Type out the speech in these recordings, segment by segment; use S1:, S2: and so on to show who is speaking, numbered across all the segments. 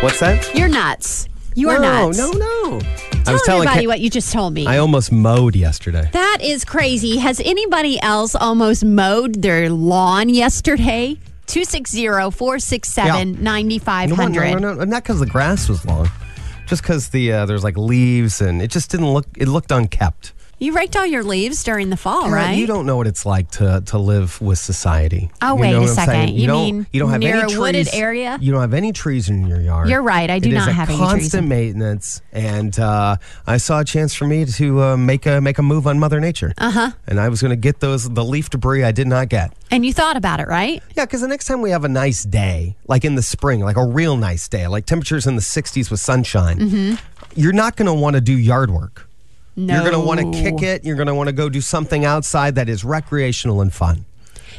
S1: What's that?
S2: You're nuts. You are
S1: no,
S2: nuts.
S1: no, no. I
S2: Tell
S1: was telling
S2: everybody
S1: Ka-
S2: what you just told me.
S1: I almost mowed yesterday.
S2: that is crazy. Has anybody else almost mowed their lawn yesterday? 260-467-9500.
S1: No, no, no, no, no. Not because the grass was long, just because the uh, there's like leaves and it just didn't look. It looked unkept.
S2: You raked all your leaves during the fall,
S1: Karen,
S2: right?
S1: You don't know what it's like to to live with society.
S2: Oh,
S1: You
S2: wait
S1: know
S2: a
S1: what I'm
S2: second.
S1: saying?
S2: You
S1: don't,
S2: mean
S1: you don't have
S2: near
S1: any
S2: a wooded
S1: trees-
S2: area?
S1: You don't have any trees in your yard.
S2: You're right. I do
S1: It is
S2: not
S1: a
S2: have any trees
S1: constant
S2: in-
S1: maintenance, and uh, I saw a chance for me to uh, make a make a move on Mother Nature. Uh
S2: Uh-huh.
S1: huh. And I was going to get those the leaf debris I did not get.
S2: and you thought about it, right?
S1: Yeah, because the next time we have a nice day, like in the spring, like a real nice day, like temperatures in the 60s with sunshine,
S2: Mm-hmm.
S1: you're not going to want to do yard work.
S2: No.
S1: You're going to want to kick it. You're going to want to go do something outside that is recreational and fun.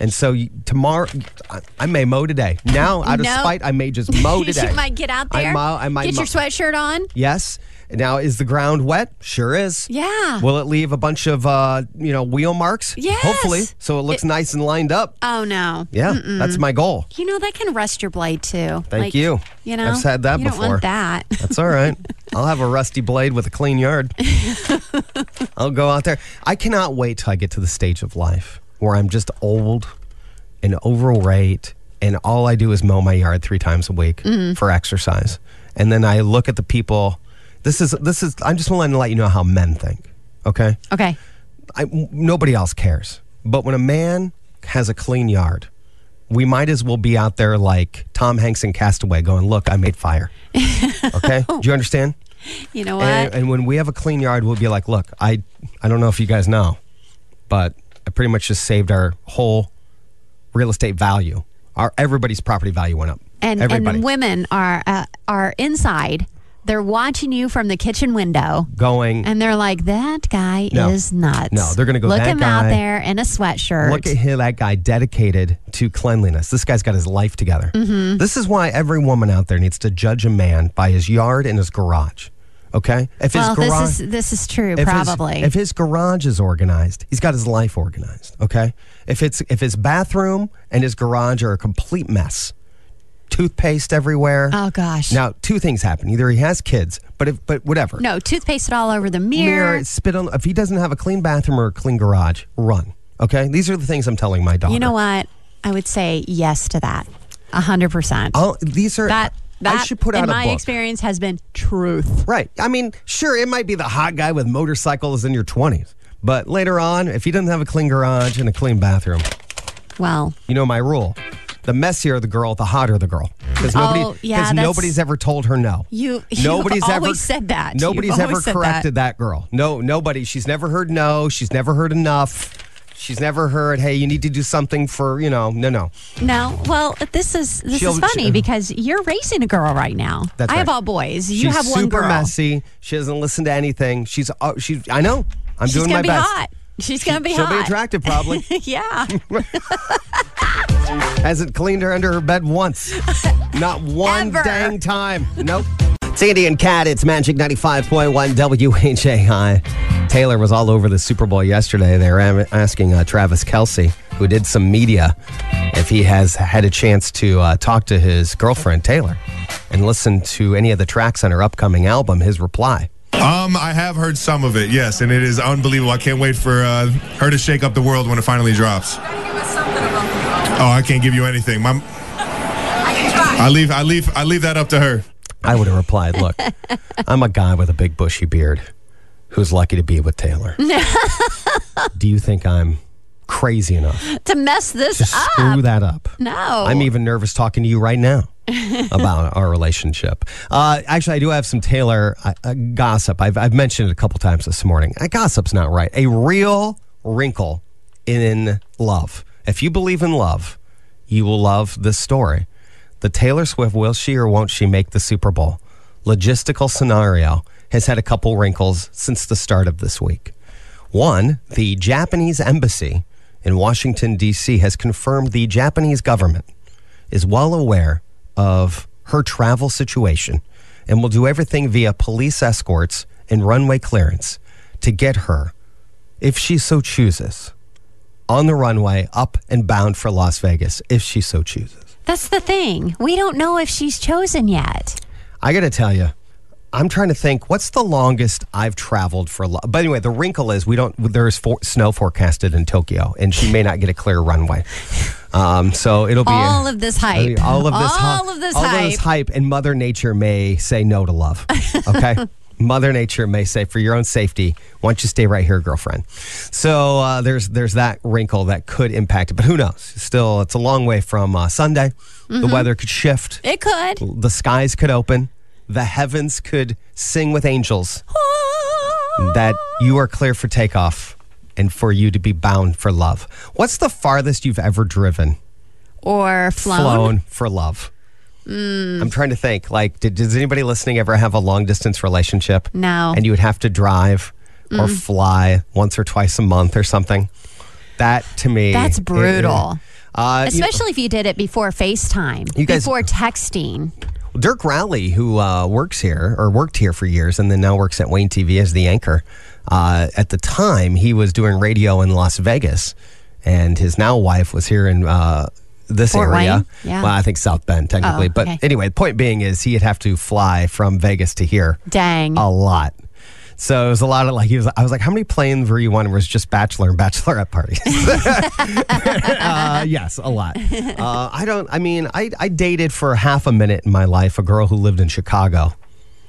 S1: And so you, tomorrow, I, I may mow today. Now, out of
S2: No.
S1: spite, Oh, I may just mow today.
S2: you might get out there.
S1: I, mow, I might
S2: get your
S1: mow.
S2: sweatshirt on.
S1: Yes. Now, is the ground wet? Sure is.
S2: Yeah.
S1: Will it leave a bunch of uh, you know wheel marks?
S2: Yes.
S1: Hopefully, so it looks nice and lined up.
S2: Oh no.
S1: Yeah, that's my goal.
S2: You know that can rust your blade too.
S1: Thank you.
S2: You know,
S1: I've had that
S2: you
S1: before.
S2: Don't want that.
S1: That's all right. I'll have a rusty blade with a clean yard. I'll go out there. I cannot wait till I get to the stage of life where I'm just old and overweight, and all I do is mow my yard three times a week for exercise. And then I look at the people. This is this is. I'm just wanting to let you know how men think. Okay.
S2: Okay.
S1: I, nobody else cares. But when a man has a clean yard, we might as well be out there like Tom Hanks in Castaway going, Look, I made fire. Okay? Do you understand?
S2: You know what?
S1: And, and when we have a clean yard, we'll be like, Look, I, I don't know if you guys know, but I pretty much just saved our whole real estate value. Our everybody's property value went up.
S2: and
S1: everybody
S2: and women are uh, are inside. They're watching you from the kitchen window.
S1: going.
S2: And they're like, that guy
S1: No.
S2: is nuts.
S1: No, they're gonna go,
S2: Look
S1: "That
S2: him out
S1: guy-
S2: there in a sweatshirt.
S1: Look at him, that guy dedicated to cleanliness. This guy's got his life together.
S2: Mm-hmm.
S1: This is why every woman out there needs to judge a man by his yard and his garage. Okay? If his
S2: well,
S1: garage
S2: this is this is true,
S1: if his-
S2: probably.
S1: if his garage is organized, he's got his life organized, okay? If it's if his bathroom and his garage are a complete mess. Toothpaste everywhere.
S2: Oh, gosh.
S1: Now, two things happen. Either he has kids, but if but whatever
S2: no, toothpaste it all over the mirror.
S1: mirror, spit on. If he doesn't have a clean bathroom or a clean garage, run. Okay, these are the things I'm telling my daughter.
S2: You know what? I would say yes to that. A hundred percent.
S1: I'll, these are
S2: That that
S1: I should put
S2: in
S1: out a
S2: my
S1: book.
S2: experience has been truth.
S1: Right. I mean, sure, it might be the hot guy with motorcycles in your 20s, but later on, if he doesn't have a clean garage and a clean bathroom,
S2: Well,
S1: you know my rule: the messier the girl, the hotter the girl, because nobody,
S2: Oh, yeah,
S1: 'cause
S2: that's-
S1: nobody's ever told her no.
S2: You- you've always said that. You've
S1: Nobody's ever
S2: always said that.
S1: corrected that. girl. No, nobody. She's never heard no. She's never heard enough. She's never heard, hey, you need to do something for, you know, no, no.
S2: no. Well, this is this
S1: She'll-
S2: is funny
S1: she-
S2: because you're raising a girl right now.
S1: That's
S2: I have
S1: right.
S2: all boys. You
S1: She's
S2: have one
S1: super
S2: girl.
S1: messy. She doesn't listen to anything. She's uh, she's. I know. I'm
S2: She's
S1: doing
S2: gonna
S1: my
S2: be
S1: best.
S2: hot. She's gonna be
S1: She'll
S2: hot.
S1: be attractive, probably.
S2: yeah.
S1: Hasn't cleaned her under her bed once. Not one
S2: Ever.
S1: dang time. Nope. Sandy and Cat, it's Magic 95.1 WHAI. Taylor was all over the Super Bowl yesterday. They were am- asking uh, Travis Kelsey, who did some media, if he has had a chance to uh, talk to his girlfriend, Taylor, and listen to any of the tracks on her upcoming album. His reply.
S3: Um, I have heard some of it, yes, and it is unbelievable. I can't wait for uh, her to shake up the world when it finally drops. Oh, I can't give you anything. My, I leave, I leave, I leave that up to her.
S1: I would have replied, Look, I'm a guy with a big bushy beard who's lucky to be with Taylor. Do you think I'm crazy enough
S2: to mess this
S1: to
S2: up.
S1: screw that up?
S2: No.
S1: I'm even nervous talking to you right now about our relationship. Uh, actually, I do have some Taylor uh, uh, gossip. I've, I've mentioned it a couple times this morning. Uh, gossip's not right. A real wrinkle in love. If you believe in love, you will love this story. The Taylor Swift, will she or won't she make the Super Bowl? Logistical scenario has had a couple wrinkles since the start of this week. One, the Japanese embassy in Washington, D.C. has confirmed the Japanese government is well aware of her travel situation and will do everything via police escorts and runway clearance to get her, if she so chooses, on the runway up and bound for Las Vegas, if she so chooses.
S2: That's the thing. We don't know if she's chosen yet.
S1: I got to tell you, I'm trying to think what's the longest I've traveled for. Lo- but anyway, the wrinkle is we don't. There's for- snow forecasted in Tokyo, and she may not get a clear runway. Um, so it'll be
S2: All of this hype.
S1: All of this.
S2: All
S1: hy-
S2: of this
S1: all
S2: hype.
S1: this hype, and Mother Nature may say no to love. Okay. Mother Nature may say, for your own safety, why don't you stay right here, girlfriend? So uh, there's there's that wrinkle that could impact it, but who knows? Still, it's a long way from uh, Sunday. The
S2: Mm-hmm.
S1: weather could shift
S2: It could.
S1: the skies could open, the heavens could sing with angels
S2: Oh.
S1: that you are clear for takeoff and for you to be bound for love. What's the farthest you've ever driven?
S2: Or flown.
S1: for love.
S2: Hmm.
S1: I'm trying to think. Like, did, does anybody listening ever have a long distance relationship?
S2: No. Mm-hmm.
S1: And you would have to drive or fly once or twice a month or something. That to me,
S2: That's brutal.
S1: Uh, you-
S2: Especially if you did it before FaceTime,
S1: You guys-
S2: before texting.
S1: Dirk Rowley, who uh, works here or worked here for years and then now works at Wayne TV as the anchor, uh, at the time he was doing radio in Las Vegas, and his now wife was here in uh, this
S2: Fort
S1: area.
S2: Wayne? Yeah.
S1: Well, I think South Bend technically,
S2: Oh,
S1: but
S2: okay.
S1: anyway, the point being is he'd have to fly from Vegas to here
S2: Dang.
S1: a lot. So it was a lot of like he was. I was like, how many planes were you on? It was just bachelor and bachelorette parties. uh, yes, a lot. Uh, I don't. I mean, I I dated for half a minute in my life a girl who lived in Chicago.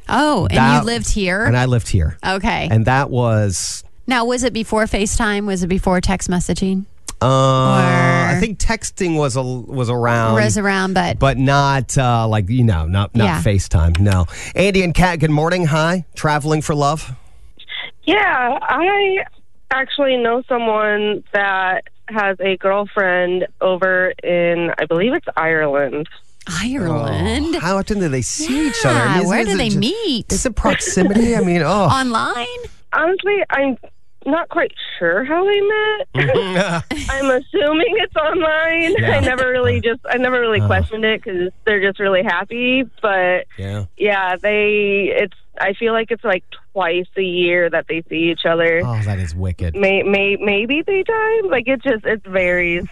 S2: Oh, and
S1: That-
S2: you lived here?
S1: and I lived here.
S2: okay.
S1: And that was
S2: now, was it before FaceTime? Was it before text messaging?
S1: uh, I
S2: Or-
S1: think texting was a, was around.
S2: was around, but,
S1: Oh, but not uh, like you know, not not
S2: Yeah.
S1: FaceTime. No, Andy and Kat. Good morning. Hi, traveling for love.
S4: Yeah, I actually know someone that has a girlfriend over in, I believe it's Ireland.
S2: Ireland?
S1: How often do they see each other? I mean,
S2: Yeah,
S1: is-
S2: where
S1: is
S2: do
S1: it
S2: they
S1: ju-
S2: meet?
S1: Is it proximity? I mean, oh.
S2: Online?
S4: Honestly, I'm not quite sure how they met. I'm assuming it's online.
S1: Mm. Yeah. Uh.
S4: I never really just, I never really questioned it because they're just really happy. But
S1: yeah.
S4: yeah, they, it's, I feel like it's like twice a year that they see each other.
S1: Oh, that is wicked.
S4: May, may, maybe three times. Like it just, it varies.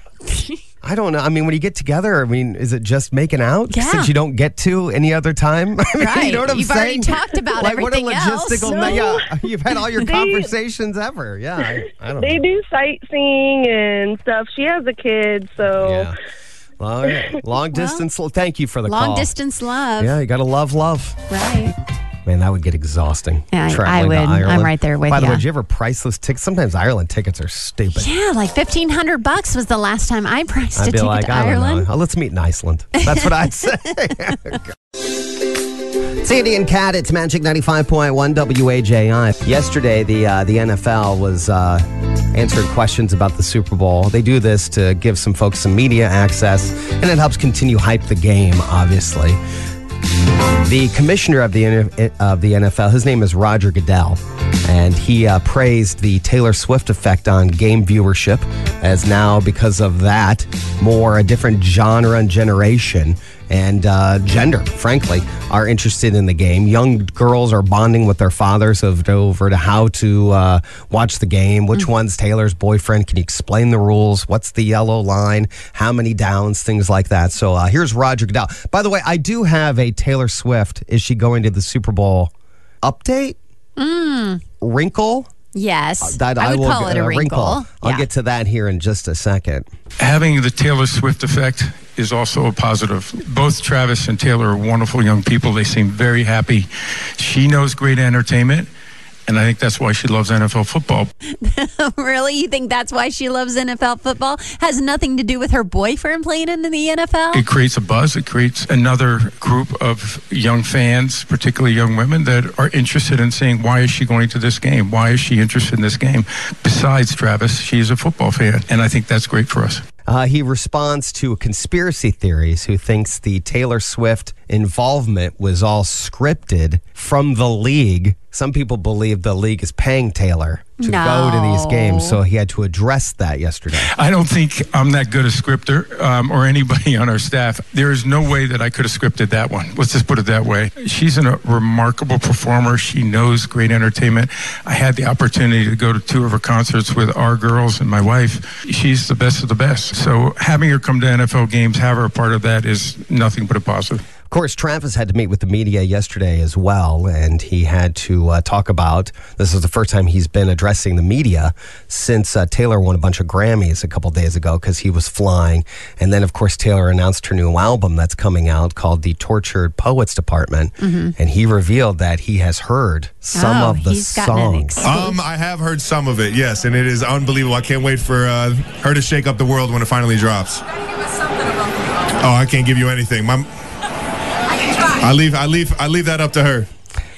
S1: I don't know. I mean, when you get together, I mean, is it just making out
S2: Yeah.
S1: since you don't get to any other time? I mean,
S2: Right.
S1: You know what I'm
S2: You've
S1: saying?
S2: already talked about
S1: like, what a
S2: everything else.
S1: logistical
S4: No.
S1: yeah, You've had all your
S4: They-
S1: conversations ever. Yeah. I, I don't
S4: They
S1: know.
S4: do sightseeing and stuff. She has a kid, so
S1: Yeah. Long, long distance. l- Thank you for the
S2: Long
S1: call.
S2: distance love.
S1: Yeah, you got to love, love.
S2: Right.
S1: Man, that would get exhausting.
S2: Yeah, I-
S1: traveling
S2: I
S1: to
S2: would. I'm
S1: Ireland.
S2: right there with
S1: By the way,
S2: ya.
S1: did you ever priceless tickets? Sometimes Ireland tickets are stupid.
S2: Yeah, like fifteen hundred bucks was the last time I priced a
S1: I'd be
S2: ticket
S1: like,
S2: to
S1: I don't
S2: Ireland.
S1: know. Oh, Let's meet in Iceland. That's what I'd say. Sandy and Cat, it's Magic 95.1 WAJI. Yesterday, the uh, the NFL was uh, answering questions about the Super Bowl. They do this to give some folks some media access, and it helps continue hype the game, obviously. The commissioner of the N- of the NFL, his name is Roger Goodell, and he uh, praised the Taylor Swift effect on game viewership, as now because of that, more a different genre and generation and uh, gender, frankly, are interested in the game. Young girls are bonding with their fathers of over to how to uh, watch the game.
S2: Mm-hmm.
S1: Which one's Taylor's boyfriend? Can you explain the rules? What's the yellow line? How many downs? Things like that. So uh, here's Roger Goodell. By the way, I do have a Taylor Swift. Is she going to the Super Bowl? Update. Wrinkle.
S2: Yes,
S1: That
S2: Mm. I would
S1: will
S2: call
S1: g-
S2: it a
S1: uh,
S2: wrinkle.
S1: I'll
S2: Yeah.
S1: get to that here in just a second.
S5: having the Taylor Swift effect is also a positive. Both Travis and Taylor are wonderful young people. They seem very happy. She knows great entertainment, and I think that's why she loves NFL football.
S2: really, you think that's why she loves NFL football? Has nothing to do with her boyfriend playing in the NFL?
S5: It creates a buzz, it creates another group of young fans, particularly young women, that are interested in saying, Why is she going to this game? Why is she interested in this game? Besides Travis, she is a football fan, and I think that's great for us.
S1: Uh, he responds to conspiracy theories who thinks the Taylor Swift involvement was all scripted from the league. Some people believe the league is paying Taylor to go to these
S2: No.
S1: games, so he had to address that yesterday.
S5: I don't think I'm that good a scripter um, or anybody on our staff. There is no way that I could have scripted that one. Let's just put it that way. She's an, a remarkable performer. She knows great entertainment. I had the opportunity to go to two of her concerts with our girls and my wife. She's the best of the best. So having her come to NFL games, have her a part of that is nothing but a positive.
S1: Of course, Travis had to meet with the media yesterday as well, and he had to uh, talk about this is the first time he's been addressing the media since uh, Taylor won a bunch of Grammys a couple days ago because he was flying. And then, of course, Taylor announced her new album that's coming out called The Tortured Poets Department, and he revealed that he has heard some
S2: Mm-hmm. Oh,
S1: of the
S2: he's gotten an
S1: songs.
S2: ex-
S3: Um, I have heard some of it, yes, and it is unbelievable. I can't wait for uh, her to shake up the world when it finally drops. Oh, I can't give you anything. My, I leave, I leave, I leave that up to her.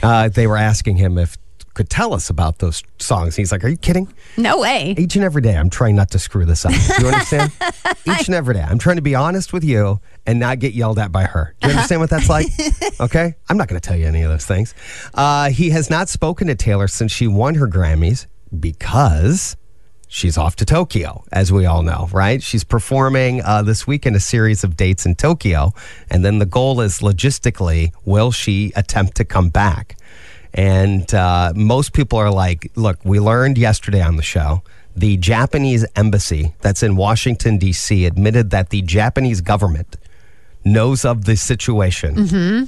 S1: Uh, they were asking him if could tell us about those songs. He's like, "Are you kidding?
S2: No way.
S1: Each and every day, I'm trying not to screw this up. Do you understand? Each and every day, I'm trying to be honest with you and not get yelled at by her. Do you understand what that's like? Okay, I'm not going to tell you any of those things. Uh, he has not spoken to Taylor since she won her Grammys because she's off to Tokyo, as we all know, right? She's performing uh, this weekend a series of dates in Tokyo. And then the goal is logistically, will she attempt to come back? And uh, most people are like, look, we learned yesterday on the show. The Japanese embassy that's in Washington, D.C., admitted that the Japanese government knows of the situation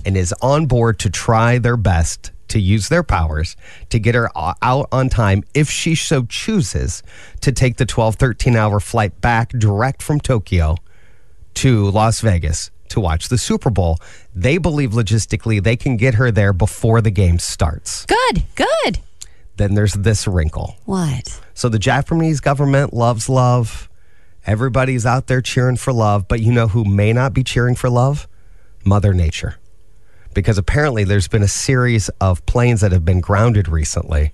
S1: and is on board to try their best to use their powers to get her o- out on time if she so chooses to take the 12 13 hour flight back direct from Tokyo to Las Vegas to watch the Super Bowl. They believe logistically they can get her there before the game starts.
S2: Good, good.
S1: Then there's this wrinkle.
S2: What?
S1: So the Japanese government loves love. Everybody's out there cheering for love, but you know who may not be cheering for love? Mother Nature. Because apparently there's been a series of planes that have been grounded recently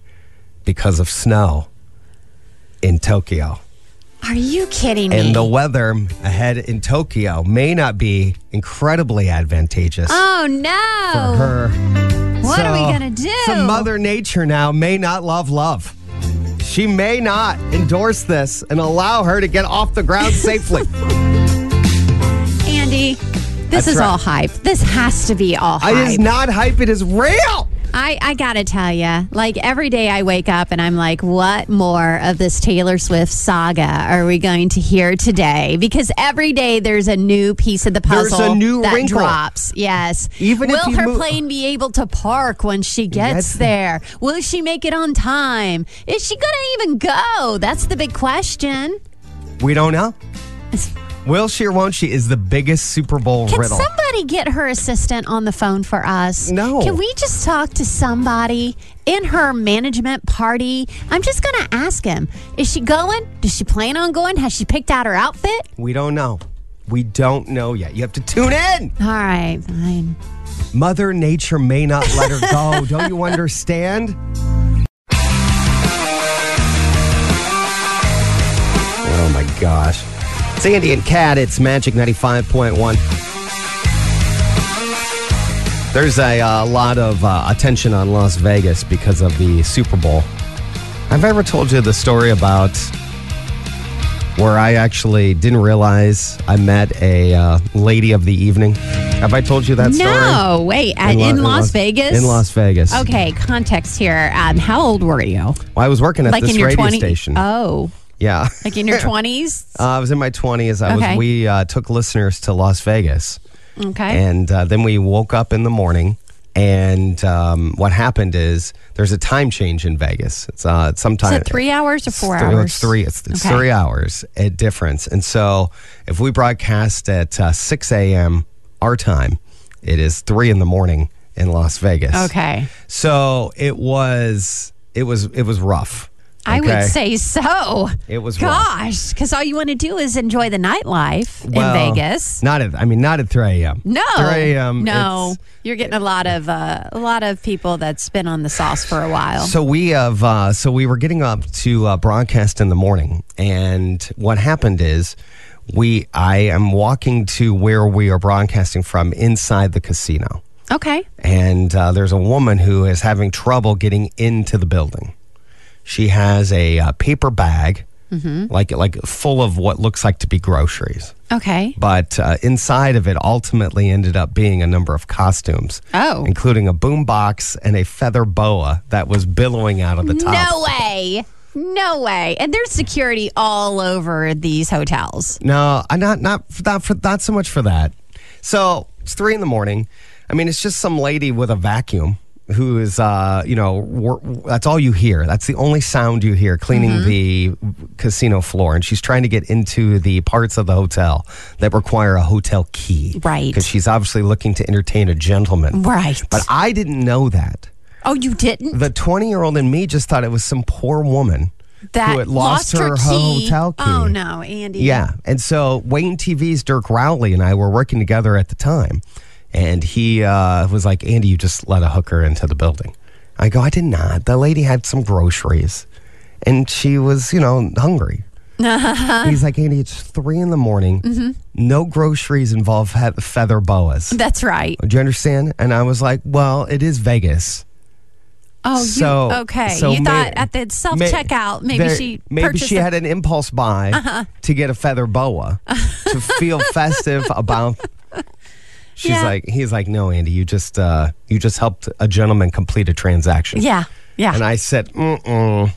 S1: because of snow in Tokyo.
S2: Are you kidding me?
S1: And the weather ahead in Tokyo may not be incredibly advantageous
S2: oh
S1: for
S2: no.
S1: her.
S2: What are we
S1: So-
S2: gonna do?
S1: So Mother Nature now may not love love. She may not endorse this and allow her to get off the ground safely.
S2: Andy, this
S1: That's
S2: is
S1: right.
S2: all hype. This has to be all hype.
S1: It is not hype, it is real.
S2: I, I gotta tell you, like every day I wake up and I'm like, what more of this Taylor Swift saga are we going to hear today? Because every day there's a new piece of the
S1: There's a
S2: puzzle
S1: new
S2: that
S1: wrinkle.
S2: drops. Yes.
S1: Even if
S2: will
S1: you
S2: her
S1: move-
S2: plane be able to park when she
S1: That's-
S2: gets there? Will she make it on time? Is she gonna even go? That's the big question.
S1: We don't know. Will she or won't she is the biggest Super Bowl
S2: Can
S1: riddle.
S2: somebody get her assistant on the phone for us?
S1: No.
S2: Can we just talk to somebody in her management party? I'm just going to ask him Is she going? Does she plan on going? Has she picked out her outfit?
S1: we don't know. We don't know yet. You have to tune in.
S2: All right, fine.
S1: Mother Nature may not let her go. don't you understand? Oh my gosh. It's Andy and Cat. It's Magic 95.1. There's a uh, lot of uh, attention on Las Vegas because of the Super Bowl. I've ever told you the story about where I actually didn't realize I met a uh, lady of the evening. Have I told you that story?
S2: No, wait. At, in,
S1: Lo-
S2: Las Vegas?
S1: In Las Vegas.
S2: Okay, context here. Um, how old were you?
S1: Well, I was working at
S2: Like
S1: this
S2: in your
S1: radio
S2: 20s?
S1: station.
S2: Oh,
S1: yeah.
S2: like in your 20s?
S1: Uh, I was in my 20s. I
S2: Okay.
S1: was, we uh, took listeners to Las Vegas.
S2: Okay.
S1: And uh, then we woke up in the morning. And um, what happened is there's a time change in Vegas. It's uh,
S2: Is
S1: sometimes
S2: it three hours or four
S1: it's three,
S2: hours?
S1: It's three. It's, it's
S2: Okay.
S1: three hours at difference. And so if we broadcast at uh, 6 a.m. our time, it is three in the morning in Las Vegas.
S2: Okay.
S1: So it was it was it was rough.
S2: I
S1: okay?
S2: would say so.
S1: It was rough.
S2: gosh, because all you want to do is enjoy the nightlife
S1: Well,
S2: in Vegas.
S1: Not at I mean not at 3 a.m.
S2: No,
S1: 3 a.m.
S2: no,
S1: it's-
S2: you're getting a lot of uh, a lot of people that's been on the sauce for a while.
S1: So we have uh, so we were getting up to uh, broadcast in the morning, and what happened is we I am walking to where we are broadcasting from inside the casino,
S2: okay,
S1: and uh, there's a woman who is having trouble getting into the building. She has a uh, paper bag,
S2: Mm-hmm.
S1: like like full of what looks like to be groceries.
S2: okay,
S1: but uh, inside of it ultimately ended up being a number of costumes.
S2: Oh.
S1: Including a boombox and a feather boa that was billowing out of the top.
S2: no way, no way, and there's security all over these hotels.
S1: uh, No, I not not not for, not so much for that. So It's three in the morning. I mean, it's just some lady with a vacuum who is, uh, you know, wor- that's all you hear. That's the only sound you hear cleaning the
S2: Mm-hmm.
S1: casino floor. And she's trying to get into the parts of the hotel that require a hotel key.
S2: Right.
S1: Because she's obviously looking to entertain a gentleman.
S2: Right.
S1: But I didn't know that.
S2: oh, you didn't?
S1: The 20 year old in me just thought it was some poor woman
S2: That
S1: who had lost, her,
S2: key.
S1: hotel key.
S2: Oh no, Andy.
S1: Yeah. And so Wayne TV's Dirk Rowley and I were working together at the time. And he uh, was like, Andy, you just let a hooker into the building. I go, I did not. The lady had some groceries and she was, you know, hungry. He's like, Andy, it's three in the morning.
S2: Mm-hmm.
S1: No groceries involve he- feather boas.
S2: That's right.
S1: Do you understand? And I was like, well, it is Vegas.
S2: Oh,
S1: So-
S2: you, okay.
S1: so
S2: you
S1: may-
S2: thought at the self
S1: May-
S2: checkout, maybe
S1: there-
S2: she
S1: maybe
S2: purchased
S1: she
S2: a- Uh-huh.
S1: had an impulse buy to get a feather boa to feel festive about. She's
S2: Yeah.
S1: like, he's like, no, Andy, you just uh, you just helped a gentleman complete a transaction.
S2: Yeah. Yeah.
S1: And I said, mm-mm.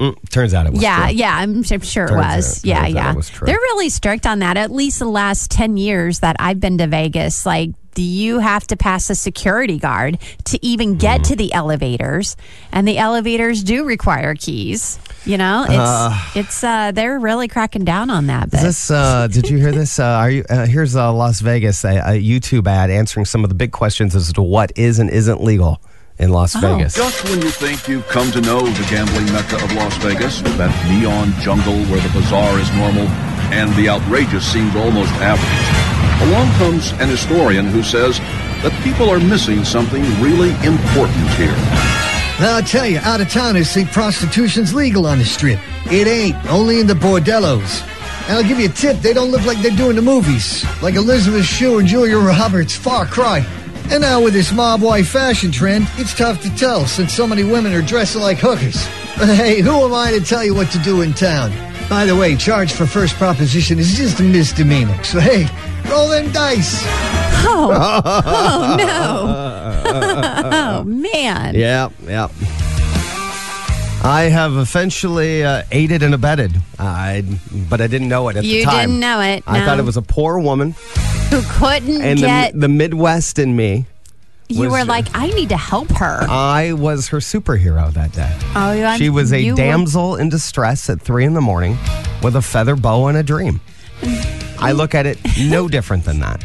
S1: Mm, turns out it was.
S2: yeah,
S1: true.
S2: yeah, I'm, I'm sure it
S1: Turns
S2: was.
S1: out-
S2: yeah,
S1: turns out
S2: yeah.
S1: it was true.
S2: They're really strict on that. At least the last 10 years that I've been to Vegas, like, do you have to pass a security guard to even get
S1: Mm-hmm.
S2: to the elevators? And the elevators do require keys. You know, it's, it's, uh, they're really cracking down on that. But
S1: Is This, uh, did you hear this? Uh, are you, uh, here's uh, Las Vegas, a, a YouTube ad answering some of the big questions as to what is and isn't legal in Las
S2: Oh,
S1: Vegas.
S6: Just when you think you've come to know the gambling mecca of Las Vegas, that neon jungle where the bizarre is normal and the outrageous seems almost average, along comes an historian who says that people are missing something really important here.
S7: Now I tell you, out of towners think prostitution's legal on the strip. It ain't, only in the bordellos. And I'll give you a tip, they don't look like they do in the movies. Like Elizabeth Shue and Julia Roberts, far cry. And now with this mob wife fashion trend, it's tough to tell since so many women are dressing like hookers. But hey, who am I to tell you what to do in town? By the way, charge for first proposition is just a misdemeanor. So hey, roll them dice.
S2: oh, no. oh, man.
S1: Yeah, yeah. I have eventually uh, aided and abetted, I, but I didn't know it at the
S2: You
S1: time.
S2: didn't know it,
S1: I thought
S2: no.
S1: it was a poor woman,
S2: Who couldn't
S1: and
S2: get,
S1: the, the Midwest in me.
S2: you
S1: was-
S2: were like, I need to help her.
S1: I was her superhero that day.
S2: oh, you
S1: she was a
S2: you were-
S1: damsel in distress at three in the morning, with a feather boa and a dream. I look at it no different than that.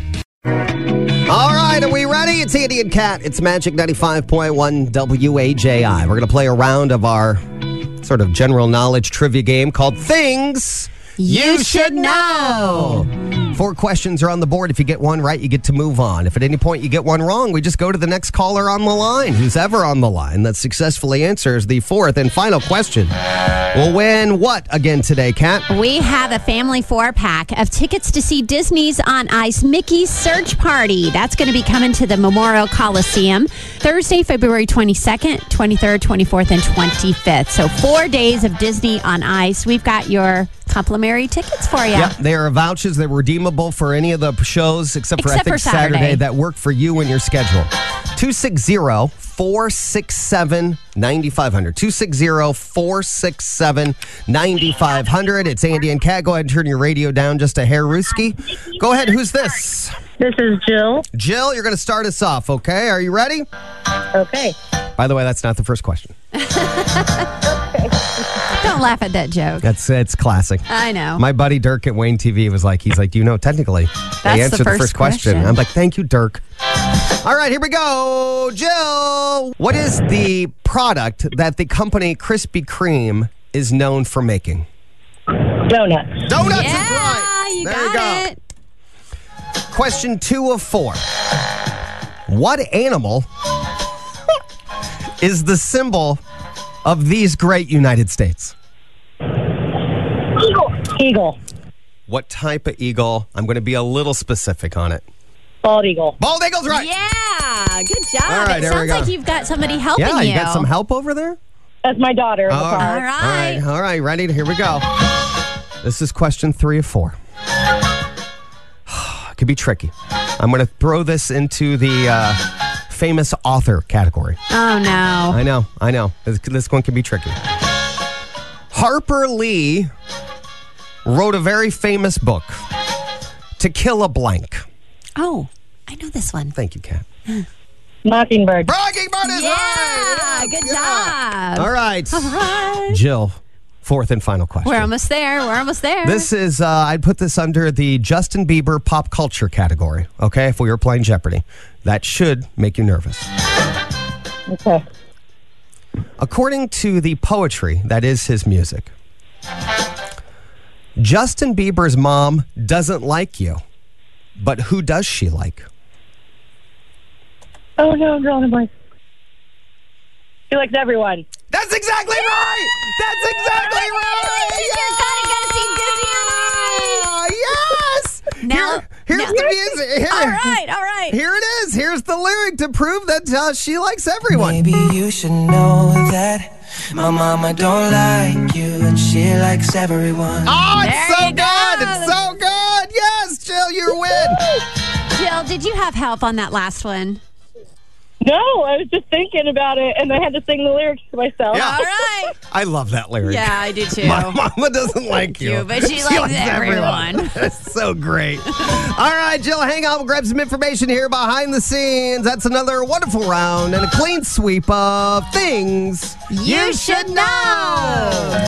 S1: All right, are we ready? It's Andy and Cat. It's Magic 95.1 WAJI. We're going to play a round of our sort of general knowledge trivia game called Things
S2: You Should Know.
S1: Four questions are on the board. If you get one right, you get to move on. If at any point you get one wrong, we just go to the next caller on the line, who's ever on the line that successfully answers the fourth and final question. We'll win what again today, Cat?
S2: We have a family four pack of tickets to see Disney's on Ice Mickey's Search Party. That's going to be coming to the Memorial Coliseum Thursday, February 22nd, 23rd, 24th, and 25th. So, four days of Disney on Ice. We've got your complimentary tickets for you.
S1: Yep, they are vouchers that are redeemable for any of the shows except for
S2: Except
S1: I think
S2: for Saturday.
S1: that work for you and your schedule. 260-467-9500. 260-467-9500. It's Andy and Kat. Go ahead and turn your radio down just a hair, Ruski. Go ahead. Who's this?
S4: This is Jill.
S1: Jill, you're going to start us off, okay? Are you ready?
S4: Okay.
S1: By the way, that's not the first question.
S2: Don't laugh at that joke.
S1: That's it's classic.
S2: I know.
S1: Oh. My buddy Dirk at Wayne TV was like, he's like, you know, technically,
S2: That's
S1: they
S2: the
S1: answered the first,
S2: first
S1: question.
S2: question.
S1: I'm like, thank you, Dirk. All right, here we go. Jill, what is the product that the company Krispy Kreme is known for making?
S4: Donuts.
S1: Donuts
S2: yeah,
S1: is right.
S2: you
S1: there
S2: got
S1: you go.
S2: it.
S1: Question two of four. What animal is the symbol of these great United States?
S4: Eagle. Eagle.
S1: What type of eagle? I'm going to be a little specific on it.
S4: Bald eagle.
S1: Bald eagle's right.
S2: Yeah, good job.
S1: All right,
S2: it
S1: there we
S2: sounds
S1: go.
S2: like you've got somebody helping
S1: Yeah,
S2: you.
S1: you got some help over there?
S4: That's my daughter. in the
S1: All
S4: car.
S2: All right.
S1: All right, all right, ready? Here we go. This is question three of four. It could be tricky. I'm going to throw this into the uh, famous author category.
S2: Oh, no.
S1: I know, I know. This, this one can be tricky. Harper Lee wrote a very famous book, To Kill a Blank.
S2: Oh, I know this one.
S1: Thank you, Kat.
S4: Mockingbird.
S1: Mockingbird is
S2: Yeah,
S1: right.
S2: good
S1: Yeah.
S2: job.
S1: All right.
S2: All right.
S1: Jill, fourth and final question.
S2: We're almost there. We're almost there.
S1: This is, uh, I'd put this under the Justin Bieber pop culture category, okay? If we were playing Jeopardy, that should make you nervous.
S4: Okay.
S1: According to the poetry that is his music, Justin Bieber's mom doesn't like you, but who does she like?
S4: Oh no, I'm drawing a blank. He likes everyone.
S1: That's exactly right! That's exactly right! Yes!
S2: Now-
S1: Here- here's
S2: now-
S1: the music. Here.
S2: All right, all right.
S1: Here it is. Here's the lyric to prove that uh, she likes everyone.
S7: Maybe you should know that my mama don't like you and she likes everyone.
S1: Oh, it's
S2: There
S1: so
S2: you
S1: good.
S2: go.
S1: It's so good. Yes, Jill, you win.
S2: Jill, did you have help on that last one?
S4: No, I was just thinking about it, and I had to sing the lyrics to myself.
S1: Yeah.
S2: All right.
S1: I love that lyric.
S2: Yeah, I do too.
S1: My mama doesn't like you.
S2: you, but she likes everyone.
S1: That's so great. All right, Jill, hang on. We'll grab some information here behind the scenes. That's another wonderful round and a clean sweep of things
S2: You should know.